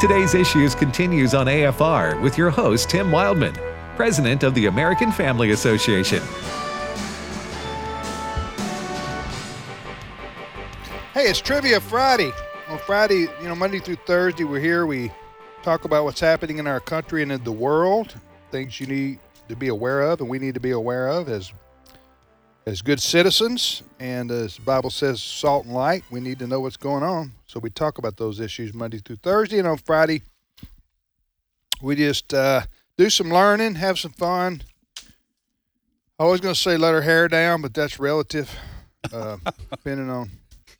Today's Issues continues on AFR with your host, Tim Wildman, President of the American Family Association. Hey, it's Trivia Friday. On Friday, you know, Monday through Thursday, we're here. We talk about what's happening in our country and in the world, things you need to be aware of, and we need to be aware of as as good citizens. And as the Bible says, salt and light. We need to know what's going on. So we talk about those issues Monday through Thursday, and on Friday, we just uh, do some learning, have some fun. I was going to say let her hair down, but that's relative, uh, depending on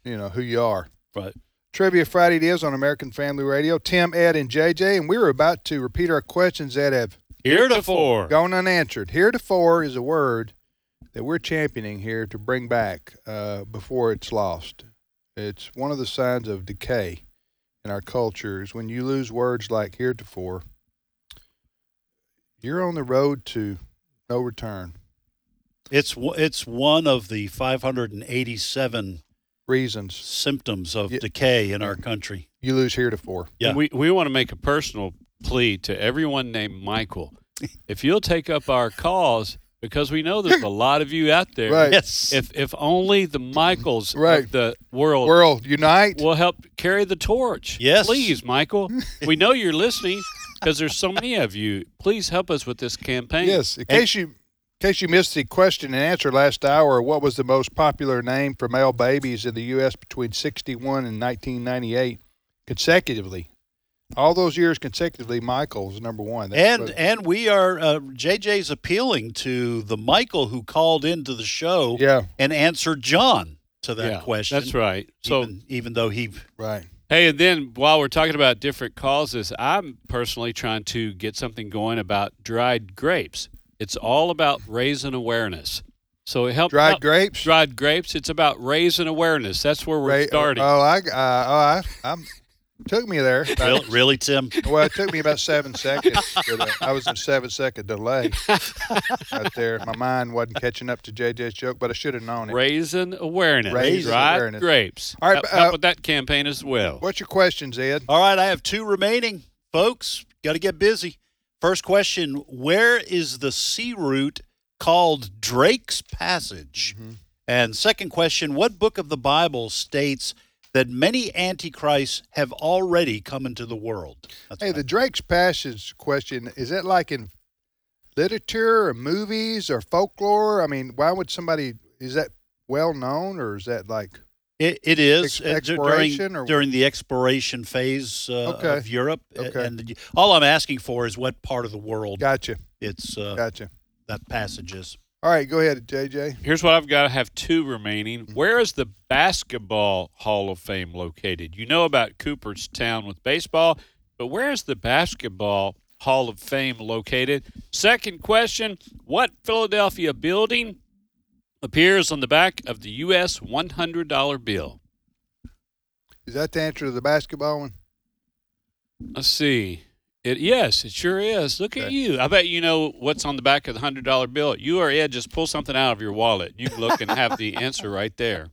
you know who you are. Right. Trivia Friday it is on American Family Radio. Tim, Ed, and JJ, and we were about to repeat our questions that have Heretofore. gone unanswered. Heretofore is a word that we're championing here to bring back uh, before it's lost. It's one of the signs of decay in our culture is when you lose words like heretofore, you're on the road to no return. It's w- it's one of the 587 Reasons symptoms of Yeah. decay in our country. you lose heretofore. Yeah. We, we want to make a personal plea to everyone named Michael. If you'll take up our cause, because we know there's a lot of you out there. Right. yes. If if only the Michaels Right. of the world World unite. will help carry the torch. Yes. Please, Michael. we know you're listening because there's so many of you. Please help us with this campaign. Yes. In case you in case you missed the question and answer last hour, what was the most popular name for male babies in the U.S. between 61 and 1998 consecutively? All those years consecutively, Michael was number one. That's and what- and we are uh, JJ's appealing to the Michael who called into the show yeah, and answered John to that Yeah, question. That's right. So even, even though he right. Hey, and then while we're talking about different causes, I'm personally trying to get something going about dried grapes. It's all about raising awareness. So it helps Dried grapes. Dried grapes. It's about raising awareness. That's where we're Right. starting. Oh, I, uh, oh, I, I'm, took me there. Real- really Tim Well, it took me about seven seconds. for that. I was in seven second delay right there. My mind wasn't catching up to JJ's joke, but I should have known it. raising awareness. Raising dried awareness. grapes. All right, Help- but, uh, help with that campaign as well. What's your questions, Ed? All right, I have two remaining, folks. Got to get busy. First question Where is the sea route called Drake's Passage? Mm-hmm. And second question What book of the Bible states that many antichrists have already come into the world? That's Hey, what I- the Drake's Passage question is that like in literature or movies or folklore? I mean, why would somebody is that well known or is that like It, it Ex- is uh, dur- exploration during, or- during the exploration phase uh, Okay. of Europe. A- Okay. And all I'm asking for is what part of the world gotcha, it's uh, gotcha? that passage is. All right, go ahead, JJ. Here's what I've got. I have two remaining. Where is the Basketball Hall of Fame located? You know about Cooperstown with baseball, but where is the Basketball Hall of Fame located? Second question What Philadelphia building appears on the back of the U.S. $100 bill? Is that the answer to the basketball one? Let's see. It, yes, it sure is. Look at Okay. you. I bet you know what's on the back of the $100 bill. You or Ed just pull something out of your wallet. You can look and have the answer right there.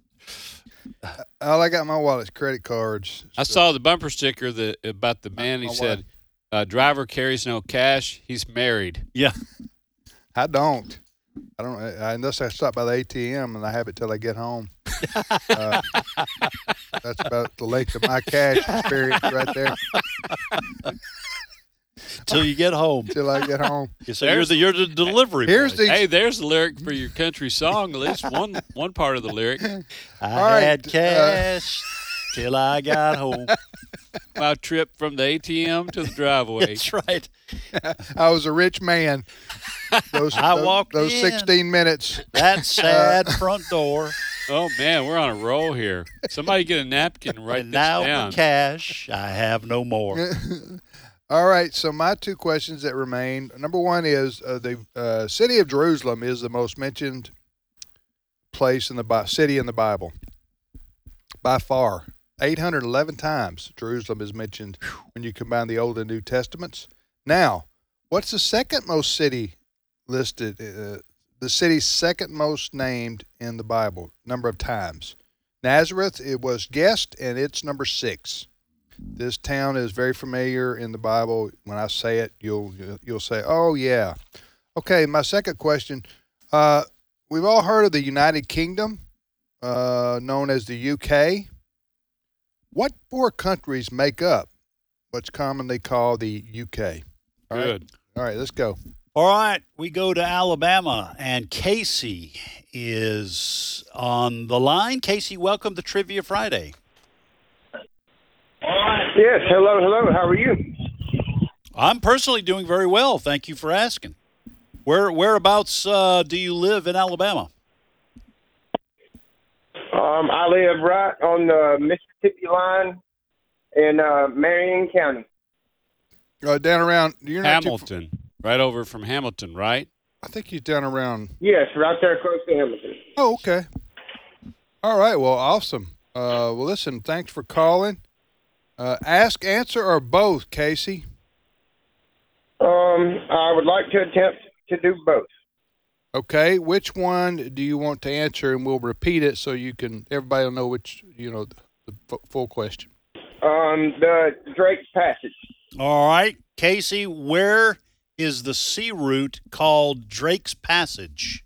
All I got in my wallet is credit cards. I saw the bumper sticker that about the man. He my said, uh, "Driver carries no cash. He's married." Yeah. I don't. I don't I, unless I stop by the ATM and I have it till I get home. uh, that's about the length of my cash experience right there. Till you get home. Till I get home. So you're the, you're the delivery. Here's boy. the Hey, there's the lyric for your country song. At least one one part of the lyric. I All right, had uh, cash till I got home. My trip from the ATM to the driveway. That's right. I was a rich man. Those, I those, walked those in. 16 minutes. That sad front door, Oh man, we're on a roll here. Somebody get a napkin and write and this now down. for cash I have no more. All right. So my two questions that remain. Number one is uh, the uh, city of Jerusalem is the most mentioned place in the Bi- city in the Bible by far. 811 times Jerusalem is mentioned when you combine the Old and New Testaments. Now, what's the second most city listed? Uh, the city second most named in the Bible number of times. Nazareth. It was guessed, and it's number six. This town is very familiar in the Bible. When I say it, you'll you'll say, "Oh yeah." Okay, my second question. Uh, we've all heard of the United Kingdom, uh, known as the UK. What four countries make up what's commonly called the UK? All right. Good. All right, let's go. All right, we go to Alabama, and Casey is on the line. Casey, welcome to Trivia Friday. Yes, hello, hello. How are you? I'm personally doing very well. Thank you for asking. Where whereabouts uh, do you live in Alabama? Um, I live right on the Mississippi line in uh, Marion County. Uh, down around you're not too- Hamilton, right over from Hamilton, right? I think he's down around. Yes, right there close to Hamilton. Oh, okay. All right. Well, awesome. Uh, well, listen. Thanks for calling. Uh, ask, answer, or both, Casey. Um, I would like to attempt to do both. Okay. Which one do you want to answer, and we'll repeat it so you can everybody will know which you know the, the f- full question. Um, the Drake's Passage. All right, Casey, where is the sea route called Drake's Passage?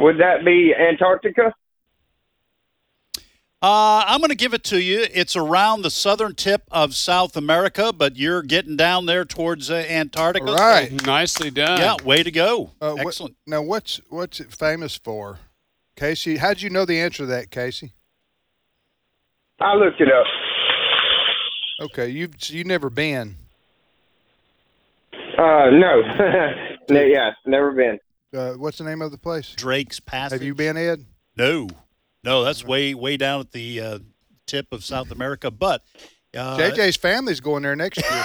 Would that be Antarctica? Uh, I'm going to give it to you. It's around the southern tip of South America, but you're getting down there towards uh, Antarctica. All right. Nicely done. Yeah, way to go. Uh, what- Excellent. now, what's what's it famous for, Casey? How'd you know the answer to that, Casey? I looked it up. Okay, you've so you never been. Uh, no. no yeah, never been. Uh, what's the name of the place? Drake's Passage. Have you been, Ed? No, no, that's way way down at the uh, tip of South America. But uh, JJ's family's going there next year.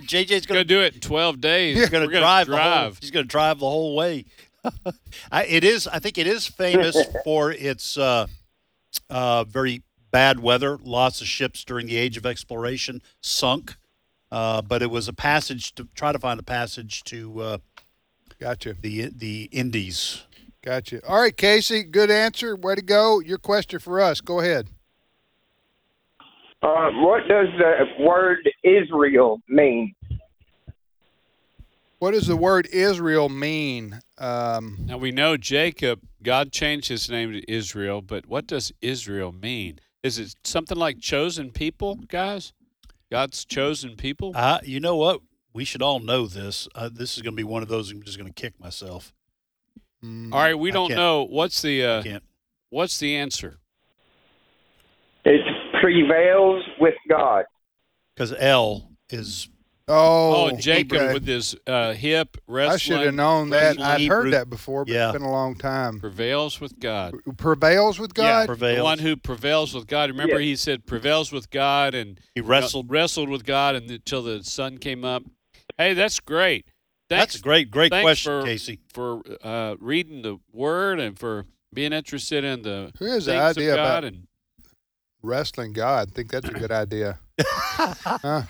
JJ's Gonna going to do it in 12 days. going We're to drive. the whole- he's going to drive the whole way. I, it is. I think it is famous for its uh, uh, very bad weather. Lots of ships during the age of exploration sunk. Uh, but it was a passage to try to find a passage to uh, Gotcha. the the Indies. Gotcha. All right, Casey, good answer. Way to go. Your question for us. Go ahead. Um, what does the word Israel mean? What does the word Israel mean? Um, Now we know Jacob, God changed his name to Israel, but what does Israel mean? Is it something like chosen people, guys? God's chosen people? Uh, you know what? We should all know this. Uh, this is going to be one of those. I'm just going to kick myself. mm, All right, we Um, I don't can't- know what's the uh, Can't. what's the answer. It prevails with God. because L is Oh, Oh, Jacob okay. with his uh, hip I should have wrestling known that. wrestling I'd Hebrew- heard that before, but Yeah. it's been a long time. prevails with God. Prevails with Yeah, God? The prevails. one who prevails with God. Remember, he said prevails with God and he wrestled. wrestled with God and- until the sun came up. Hey, that's great. That's Thanks a great, great thanks question, for- Casey. for uh, reading the Word and for being interested in the Who has things the of idea God. about And wrestling God? think that's a good idea. huh?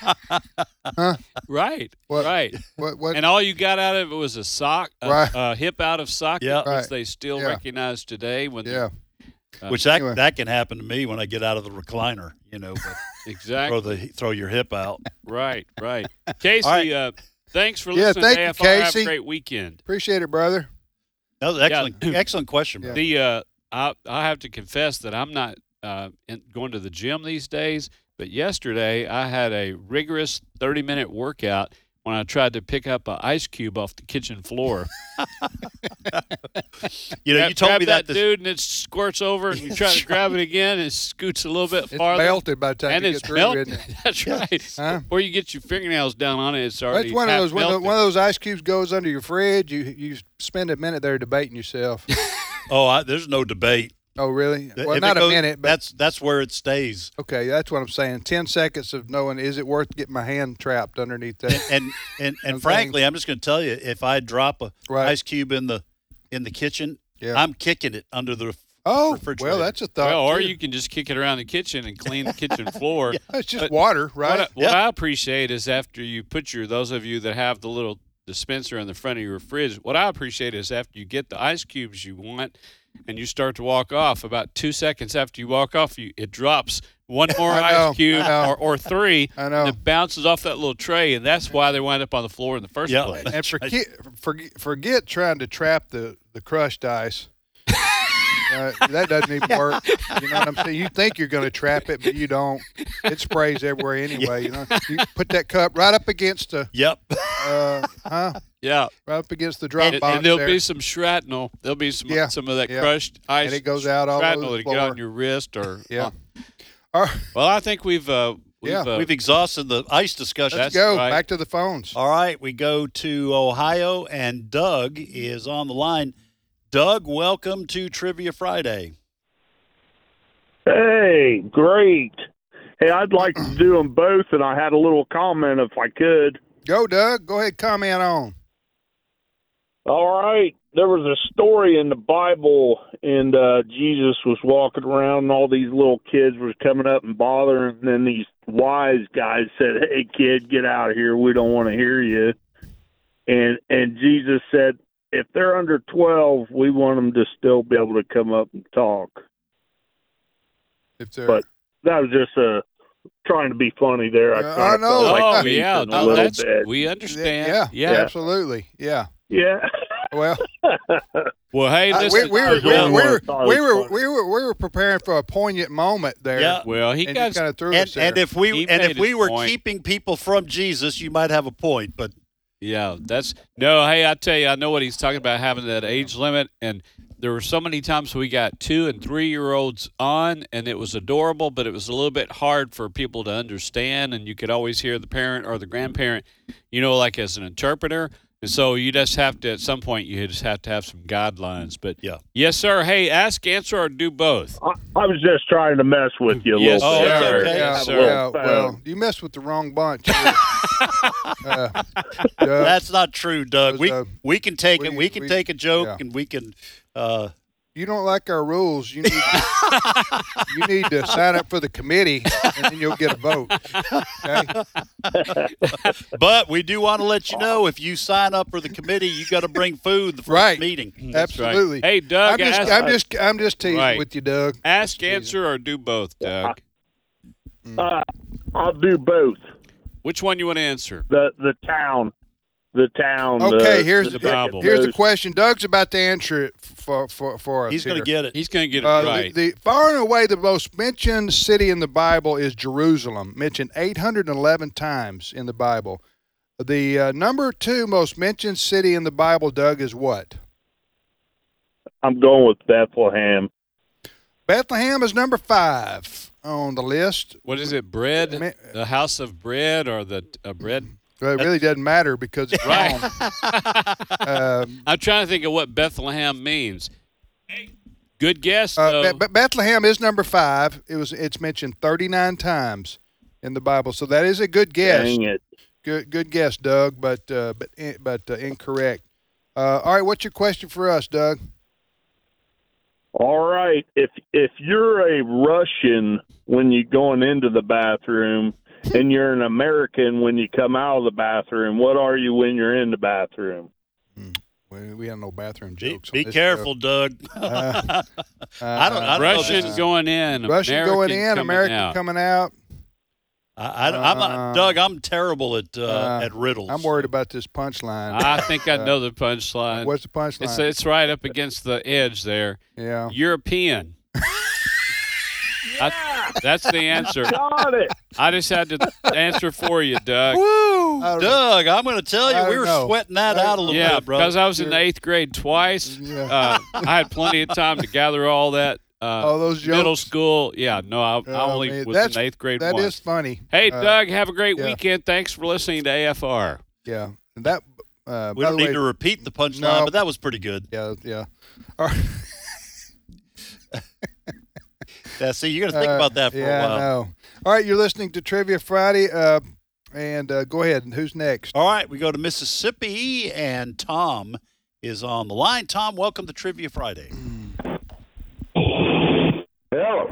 right, What- right. What, what? And all you got out of it was a sock, a, Right. a hip out of socket, Yeah. which Right. they still Yeah. recognize today. When yeah. uh, Which that anyway. that can happen to me when I get out of the recliner. You know, but throw exactly the throw your hip out. right, right. Casey, right. uh, thanks for Yeah, listening. thank to you, AFR. Have a Casey. great weekend. Appreciate it, brother. That was an Yeah. excellent, excellent question. bro. The uh, I I have to confess that I'm not uh, in, going to the gym these days, but yesterday I had a rigorous 30 minute workout when I tried to pick up an ice cube off the kitchen floor. You know, Grab- you told grab me that. this, dude, and it squirts over, and you try to grab it again, and it scoots a little bit It's farther. melted by the time and you it's get through, melted. isn't it? That's right. Huh? Or you get your fingernails down on it, it's already That's one of half those when the, melted. one of those ice cubes goes under your fridge. You you spend a minute there debating yourself. oh, I, there's no debate. oh, really? If Well, it not a goes- minute, but that's that's where it stays. Okay, that's what I'm saying. Ten seconds of knowing is it worth getting my hand trapped underneath And that? and and, and I'm frankly, I'm just going to tell you, if I drop a Right. ice cube in the in the kitchen, Yeah. I'm kicking it under the. oh, refrigerator. well, that's a thought. well, or too. you can just kick it around the kitchen and clean the kitchen floor. That's just but- water, right? Uh, What, I, what Yeah. I appreciate is after you put your those of you that have the little dispenser in the front of your fridge. What I appreciate is after you get the ice cubes you want, and you start to walk off. About two seconds after you walk off, you it drops one more I know, ice cube I know. or, or three, I know. and it bounces off that little tray, and that's why they wind up on the floor in the first Yeah. place. And forget, forget, forget trying to trap the, the crushed ice. Uh, that doesn't even work. You know what I'm saying? You think you're going to trap it, but you don't. It sprays everywhere anyway. You know, you put that cup right up against the, Yep. uh, huh? Yeah, Right up against the drop and, box and there'll there. be some shrapnel. There'll be some Yeah, some of that yeah. crushed ice, it goes out all over shrapnel the that get floor. on your wrist or uh, yeah. Oh. All right, Well, I think we've uh, we've, Yeah. uh, We've exhausted the ice discussion. let's That's go right. back to the phones. All right, we go to Ohio, and Doug is on the line. Doug, welcome to Trivia Friday. Hey, great. Hey, I'd like to do them both, and I had a little comment if I could. Go, Doug. Go ahead, comment on. All right. There was a story in the Bible, and uh, Jesus was walking around, and all these little kids were coming up and bothering. And then these wise guys said, "Hey, kid, get out of here. We don't want to hear you." And and Jesus said, "If they're under twelve, we want them to still be able to come up and talk." If they're But That was just uh, trying to be funny there. I, Yeah, kinda I know. felt like oh teasing yeah, a no, little that's bit. we yeah, understand. yeah, absolutely, yeah. yeah. Well, Well, hey, I- this we, is we, Uh, were, Doug we, were, Ellis. we, were, Sorry, we, were, sorry. we were we were preparing for a poignant moment there. Yeah. well, he and got you kind of threw And, us there. and if we He and made if we his were point. keeping people from Jesus, you might have a point. But Yeah, that's no. Hey, I tell you, I know what he's talking about having that age limit, and there were so many times we got two and three year olds on, and it was adorable, but it was a little bit hard for people to understand, and you could always hear the parent or the grandparent, you know, like as an interpreter, and so you just have to at some point you just have to have some guidelines. But Yeah. yes, sir. Hey, ask, answer, or do both. I, I was just trying to mess with you a Yes, little sir. bit. yeah, Yes, okay. yeah, sir. yeah, well, you messed with the wrong bunch. here. uh, Doug, that's not true, Doug. was, We uh, we can take it. we- We can we- take a joke, yeah. and we can. Uh, you don't like our rules. You need you need to sign up for the committee, and then you'll get a vote. Okay? but we do want to let you know if you sign up for the committee, you got to bring food the first Right. Mm, meeting. That's right. Absolutely. Hey, I'm Doug, just ask, I'm just I'm just teasing Right. with you, Doug. ask, answer, or do both, Doug. Uh, I'll do both. Which one you want to answer? The the town, the town. uh, Okay, the, here's the the problem. here's the Those- question. Doug's about to answer it for for for us. He's going to here. get it. He's going to get it Uh, the- right. the, far and away the most mentioned city in the Bible is Jerusalem, mentioned 811 times in the Bible. The uh, number two most mentioned city in the Bible, Doug, is what? I'm going with Bethlehem. Bethlehem is number five on the list. What is it? Bread? Ma- the house of bread or the uh, bread? Well, it really doesn't matter because it's Right. wrong. Uh, Um, I'm trying to think of what Bethlehem means. Good guess, though. uh, Be- Be- Bethlehem is number five. It was it's mentioned 39 times in the Bible, so that is a good guess. Dang it. Good, good guess, Doug, but uh, but in- but uh, incorrect. Uh, all right, what's your question for us, Doug? All right. If if you're a Russian when you're going into the bathroom, and you're an American when you come out of the bathroom, what are you when you're in the bathroom? We, we have no bathroom Be, jokes. on be this careful, Doug. show. Uh, I don't. I don't know if Russian this- going in, Russian American going in, coming American out. coming out. I, I, I'm Uh, not, Doug. I'm terrible at uh, uh, at riddles. I'm worried about this punchline. I think I know the uh, punchline. Uh, What's the it's, punchline? Oh. it's right up against the edge there. yeah. European. I- that's the answer. Got it. I just had to answer for you, Doug. Woo, I don't- Doug! I'm going to tell I you, we don't were know. sweating that I- out a little Yeah, bit, bro. because I was in the eighth grade twice. Yeah. Uh, I had plenty of time to gather all that. Uh, All Oh, those jokes. Middle school, yeah. No, I, I Oh, only man, was that's- in eighth grade That once. is funny. hey, uh, Doug, have a great yeah. weekend. Thanks for listening to AFR. Yeah. That. Uh, we by don't the need way, to repeat the punchline, No. but that was pretty good. yeah, yeah. All right. Yeah, see, you're going to think Uh, about that for yeah, a while. I know. All right, you're listening to Trivia Friday, uh, and uh, go ahead. Who's next? All right, we go to Mississippi, and Tom is on the line. Tom, welcome to Trivia Friday. Hello.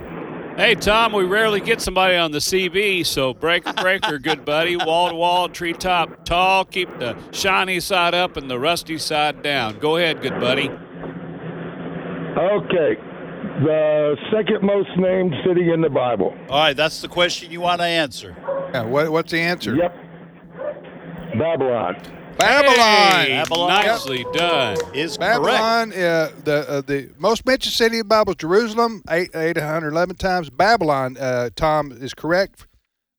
Hey, Tom, we rarely get somebody on the CB, so breaker, breaker, good buddy. Wall to wall, treetop, tall. Keep the shiny side up and the rusty side down. Go ahead, good buddy. Okay. The second most named city in the Bible. All right, that's the question you want to answer. Yeah, what, what's the answer? Yep. Babylon. Babylon. Hey, Babylon. Nicely done. Is correct. Babylon, uh, the uh, the most mentioned city in the Bible, is Jerusalem, eight eight hundred eleven times. Babylon, uh, Tom is correct,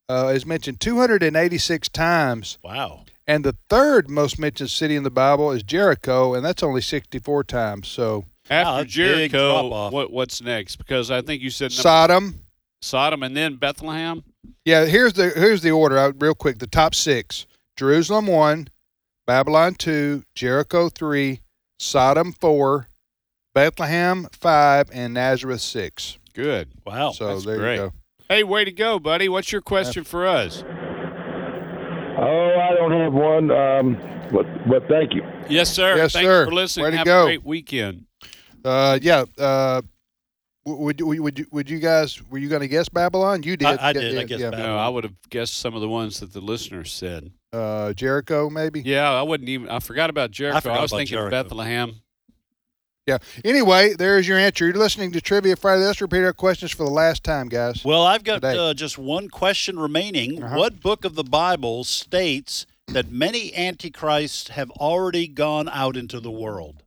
uh, is mentioned two hundred and eighty six times, Wow. and the third most mentioned city in the Bible is Jericho, and that's only sixty four times. So Wow, After Ah, that's a big drop Jericho, off. what, what's next? Because I think you said number- Sodom, Sodom and then Bethlehem. yeah. Here's the here's the order, I, real quick. The top six: Jerusalem one, Babylon two, Jericho three, Sodom four, Bethlehem five, and Nazareth six. Good. Wow. so Oh, that's there great. you go. Hey, way to go, buddy. What's your question for us? Oh, I don't have one, um, but, but thank you. Yes, sir. Yes, Thanks sir. for listening. Way to Have go. a great weekend. Uh, yeah. Uh, w- would you- would you, would you guys were you going to guess Babylon? You did. I Yeah, did, I yeah, guessed yeah. Babylon. No, I would have guessed some of the ones that the listeners said. Uh, Jericho, maybe. Yeah, I wouldn't even. I forgot about Jericho. I, forgot was about thinking Jericho. Bethlehem. Yeah. Anyway, there's your answer. You're listening to Trivia Friday. Let's repeat our questions for the last time, guys. Well, I've got Today. uh, just one question remaining. What book of the Bible states that many antichrists have already gone out into the world?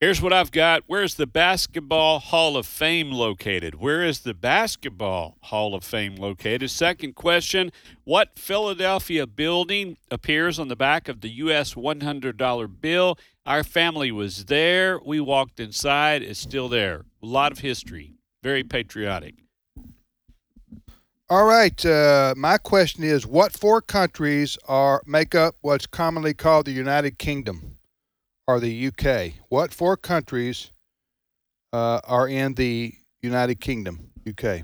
Here's what I've got. Where's the Basketball Hall of Fame located? Where is the Basketball Hall of Fame located? Second question What Philadelphia building appears on the back of the U.S. $100 bill? Our family was there. We walked inside. It's still there. A lot of history. Very patriotic. All right. Uh, my question is: What four countries are make up what's commonly called the United Kingdom or the UK? What four countries uh, are in the United Kingdom, UK?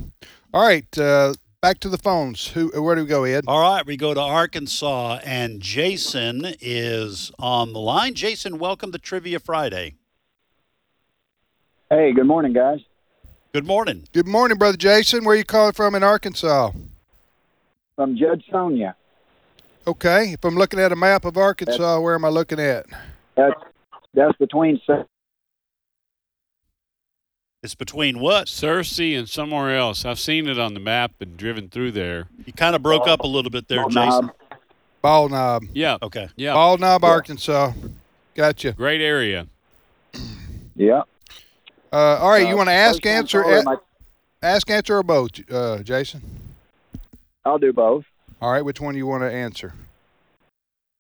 All right. Uh, back to the phones. Who? Where do we go, Ed? All right, we go to Arkansas, and Jason is on the line. Jason, welcome to Trivia Friday. Hey, good morning, guys. Good morning. Good morning, brother Jason. Where you calling from in Arkansas? From Judge Sonia. Okay. If I'm looking at a map of Arkansas, where am I looking at? That's that's between. Sa- It's between what? Cersei and somewhere else. I've seen it on the map and driven through there. You kind of broke up a little bit there, Knob. Jason. Ball Knob. Yeah. Okay. Yeah. Ball Knob, Arkansas. Gotcha. Great area. Yeah. Uh, all right. You Uh, want to ask, first-time answer, caller, a- my- ask, answer, or both, uh, Jason? I'll do both. All right. Which one do you want to answer?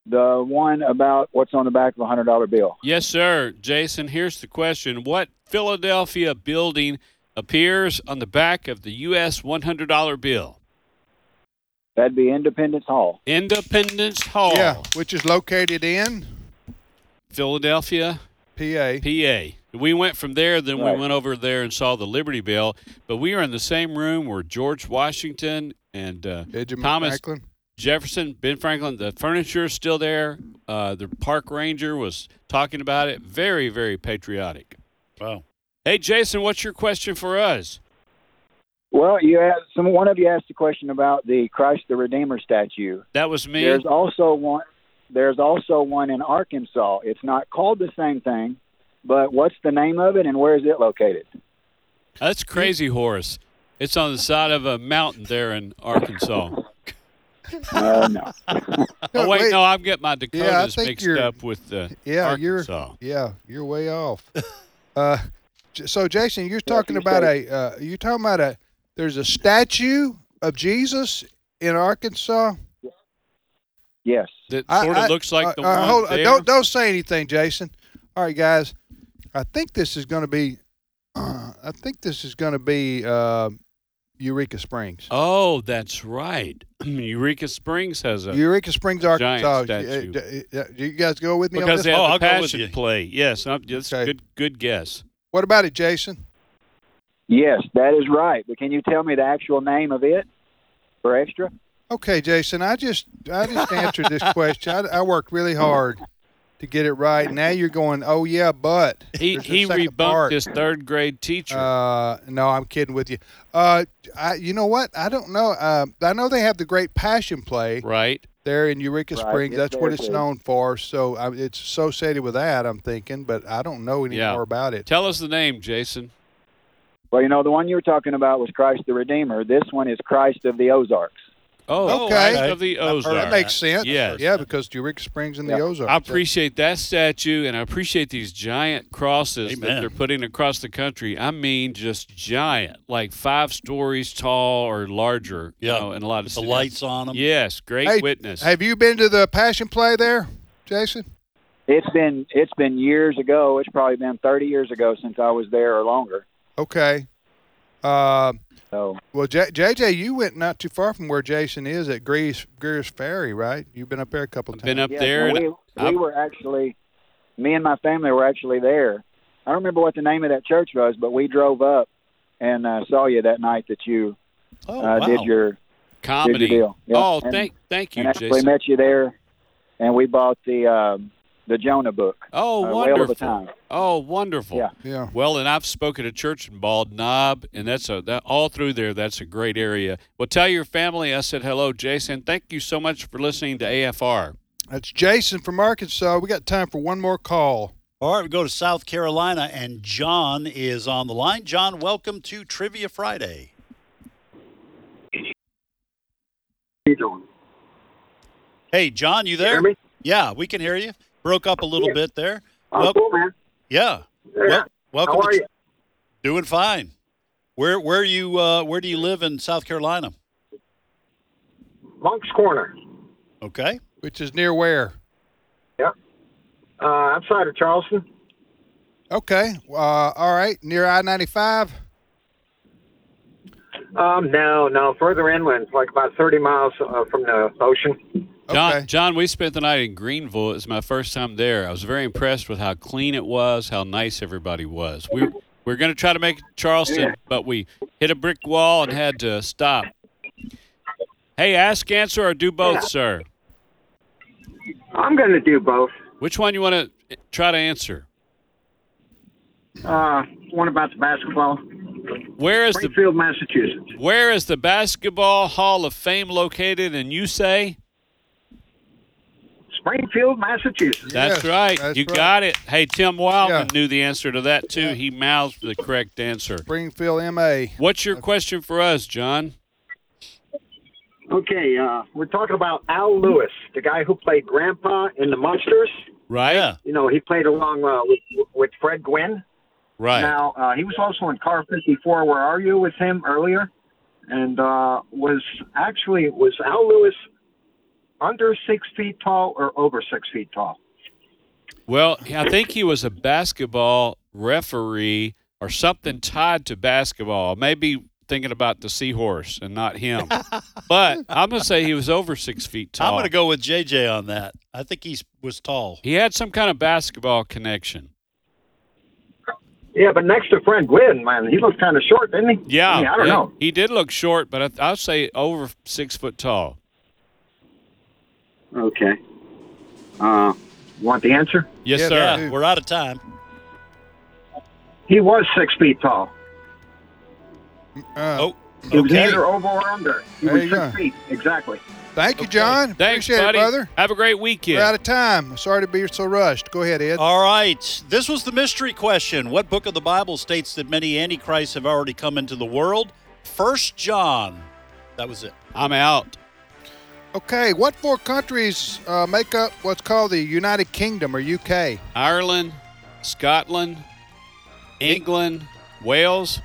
The one about what's on the back of a hundred dollar bill. Yes, sir. Jason, here's the question. What Philadelphia building appears on the back of the U.S. $100 bill? That'd be Independence Hall. Independence Hall, Yeah. Which is located in Philadelphia, PA. PA. We went from there, then Right. we went over there and saw the Liberty Bell. But we were in the same room where George Washington and uh, Benjamin Thomas Franklin. Jefferson, Ben Franklin, the furniture is still there. Uh, the park ranger was talking about it. Very, very patriotic. Wow. Hey, Jason, what's your question for us? Well, you asked some one of you asked a question about the Christ the Redeemer statue. That was me. There's also one. There's also one in Arkansas. It's not called the same thing, but what's the name of it and where is it located? That's crazy horse. It's on the side of a mountain there in Arkansas. Uh, no. Oh wait, Wait. no, I'm getting my Yeah, I Dakotas think mixed you're- up with the Yeah, you're- Arkansas. Yeah, you're way off. uh, J- so Jason, you're Yeah, talking you about say. a uh, you're talking about a there's a statue of Jesus in Arkansas. Yes. That I- sort of I- looks like uh, the uh, one hold- uh, there. Don't don't say anything, Jason. All right, guys. I think this is going to be. Uh, I think this is going to be uh, Eureka Springs. Oh, that's right. Eureka Springs has a Eureka Springs, Arkansas. Giant Uh, statue. d- uh, Do you guys go with me on because this? they have Oh, the I'll go with you. passion play. Yes, I'm, that's Okay. good. Good guess. What about it, Jason? Yes, that is right. But can you tell me the actual name of it for extra? Okay, Jason, I just I just answered this question. I, I worked really hard to get it right. Now you're going, oh yeah, but He There's a he second rebunked part. his third grade teacher. Uh, no, I'm kidding with you. Uh, I you know what? I don't know. Uh, I know they have the Great Passion Play, right. there in Eureka Right, Springs. it's That's what very it's big. known for. So I, it's associated with that, I'm thinking, but I don't know any Yeah. more about it. Tell us the name, Jason. Well, you know, the one you were talking about was Christ the Redeemer. This one is Christ of the Ozarks. Oh, Okay. Christ of the I've heard of Ozarks. that makes sense. Yes. Yeah, because Eureka Springs and Yeah. the Ozarks. I appreciate that statue, and I appreciate these giant crosses that Amen. they're putting across the country. I mean, just giant, like five stories tall or larger. you Yeah. know, in a lot of The cities. lights on them. Yes, great Hey, witness. Have you been to the Passion Play there, Jason? It's been it's been years ago. It's probably been 30 years ago since I was there or longer. Okay. Uh, So well, J- JJ, you went not too far from where Jason is at Greer's, Greer's Ferry, right? You've been up there a couple I've times. been up yes, there. and we, I- we were actually me and my family were actually there. I don't remember what the name of that church was, but we drove up and uh, saw you that night that you Oh, uh, wow. did your comedy. did your deal. Yeah, Oh, and- thank, thank you, and actually Jason. met you there, and we bought the um, the Jonah book. oh, uh, way over the wonderful. time. Oh, wonderful. Yeah. Yeah. Well, and I've spoken at church in Bald Knob, and that's a that all through there. That's a great area. Well, tell your family I said hello, Jason. Thank you so much for listening to AFR. That's Jason from Arkansas. We got time for one more call. All right, we go to South Carolina, and John is on the line. John, welcome to Trivia Friday. Hey, John, you there? Yeah, we can hear you. Broke up a little bit there. Wel- man. yeah. Wel- welcome. How to are tr- you? Doing fine. Where where you uh, where do you live in South Carolina? Monk's Corner. Okay. Which is near where? Uh, outside of Charleston. Okay. Uh, all right. Near I 95. Um, no, no, further inland, like about 30 miles uh, from the ocean. John, Okay. John, we spent the night in Greenville. It was my first time there. I was very impressed with how clean it was, how nice everybody was. We we are going to try to make it to Charleston, but we hit a brick wall and had to stop. Hey, ask, answer, or do both, sir. I'm going to do both. Which one you want to try to answer? Uh, one about the basketball. Where is the Springfield, Massachusetts. Where is the Basketball Hall of Fame located? And you say Springfield, Massachusetts. Yes, that's right. that's you right. got it. Hey, Tim Wildman Yeah. knew the answer to that too. He mouthed the correct answer. Springfield, MA. What's your question for us, John? Okay, uh, we're talking about Al Lewis, the guy who played Grandpa in The Monsters. Right, Yeah. You know, he played along uh, with, with Fred Gwynn. right. Now, uh, he was also in Car 54, Where Are You, with him earlier. And uh, was actually, was Al Lewis under six feet tall or over six feet tall? Well, I think he was a basketball referee or something tied to basketball. Maybe thinking about the seahorse and not him. but I'm going to say he was over six feet tall. I'm going to go with JJ on that. I think he was tall. He had some kind of basketball connection. Yeah, but next to Fred Gwynn, man, he looked kind of short, didn't he? Yeah, I, mean, I don't yeah. know. He did look short, but I, I'll say over six foot tall. Okay. Uh, want the answer? Yes, Yeah, sir. yeah. Yeah, we're out of time. He was six feet tall. Uh, Oh, He was okay. either over or under. He There was you six go. feet, exactly. Thank you, John. Oh, Thanks, Appreciate buddy. it, brother. Have a great weekend. We're out of time. Sorry to be so rushed. Go ahead, Uh, Ed. All right. This was the mystery question. What book of the Bible states that many antichrists have already come into the world? First John. That was it. I'm out. Okay. What four countries uh, make up what's called the United Kingdom or UK? Ireland, Scotland, England, Wales.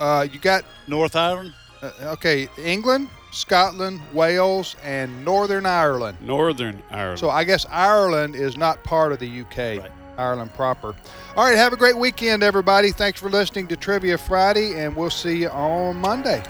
Uh, you got, North Ireland. uh, okay, England, Scotland, Wales, and Northern Ireland. Northern Ireland. So I guess Ireland is not part of the UK, Ireland proper. All right, have a great weekend, everybody. Thanks for listening to Trivia Friday, and we'll see you on Monday.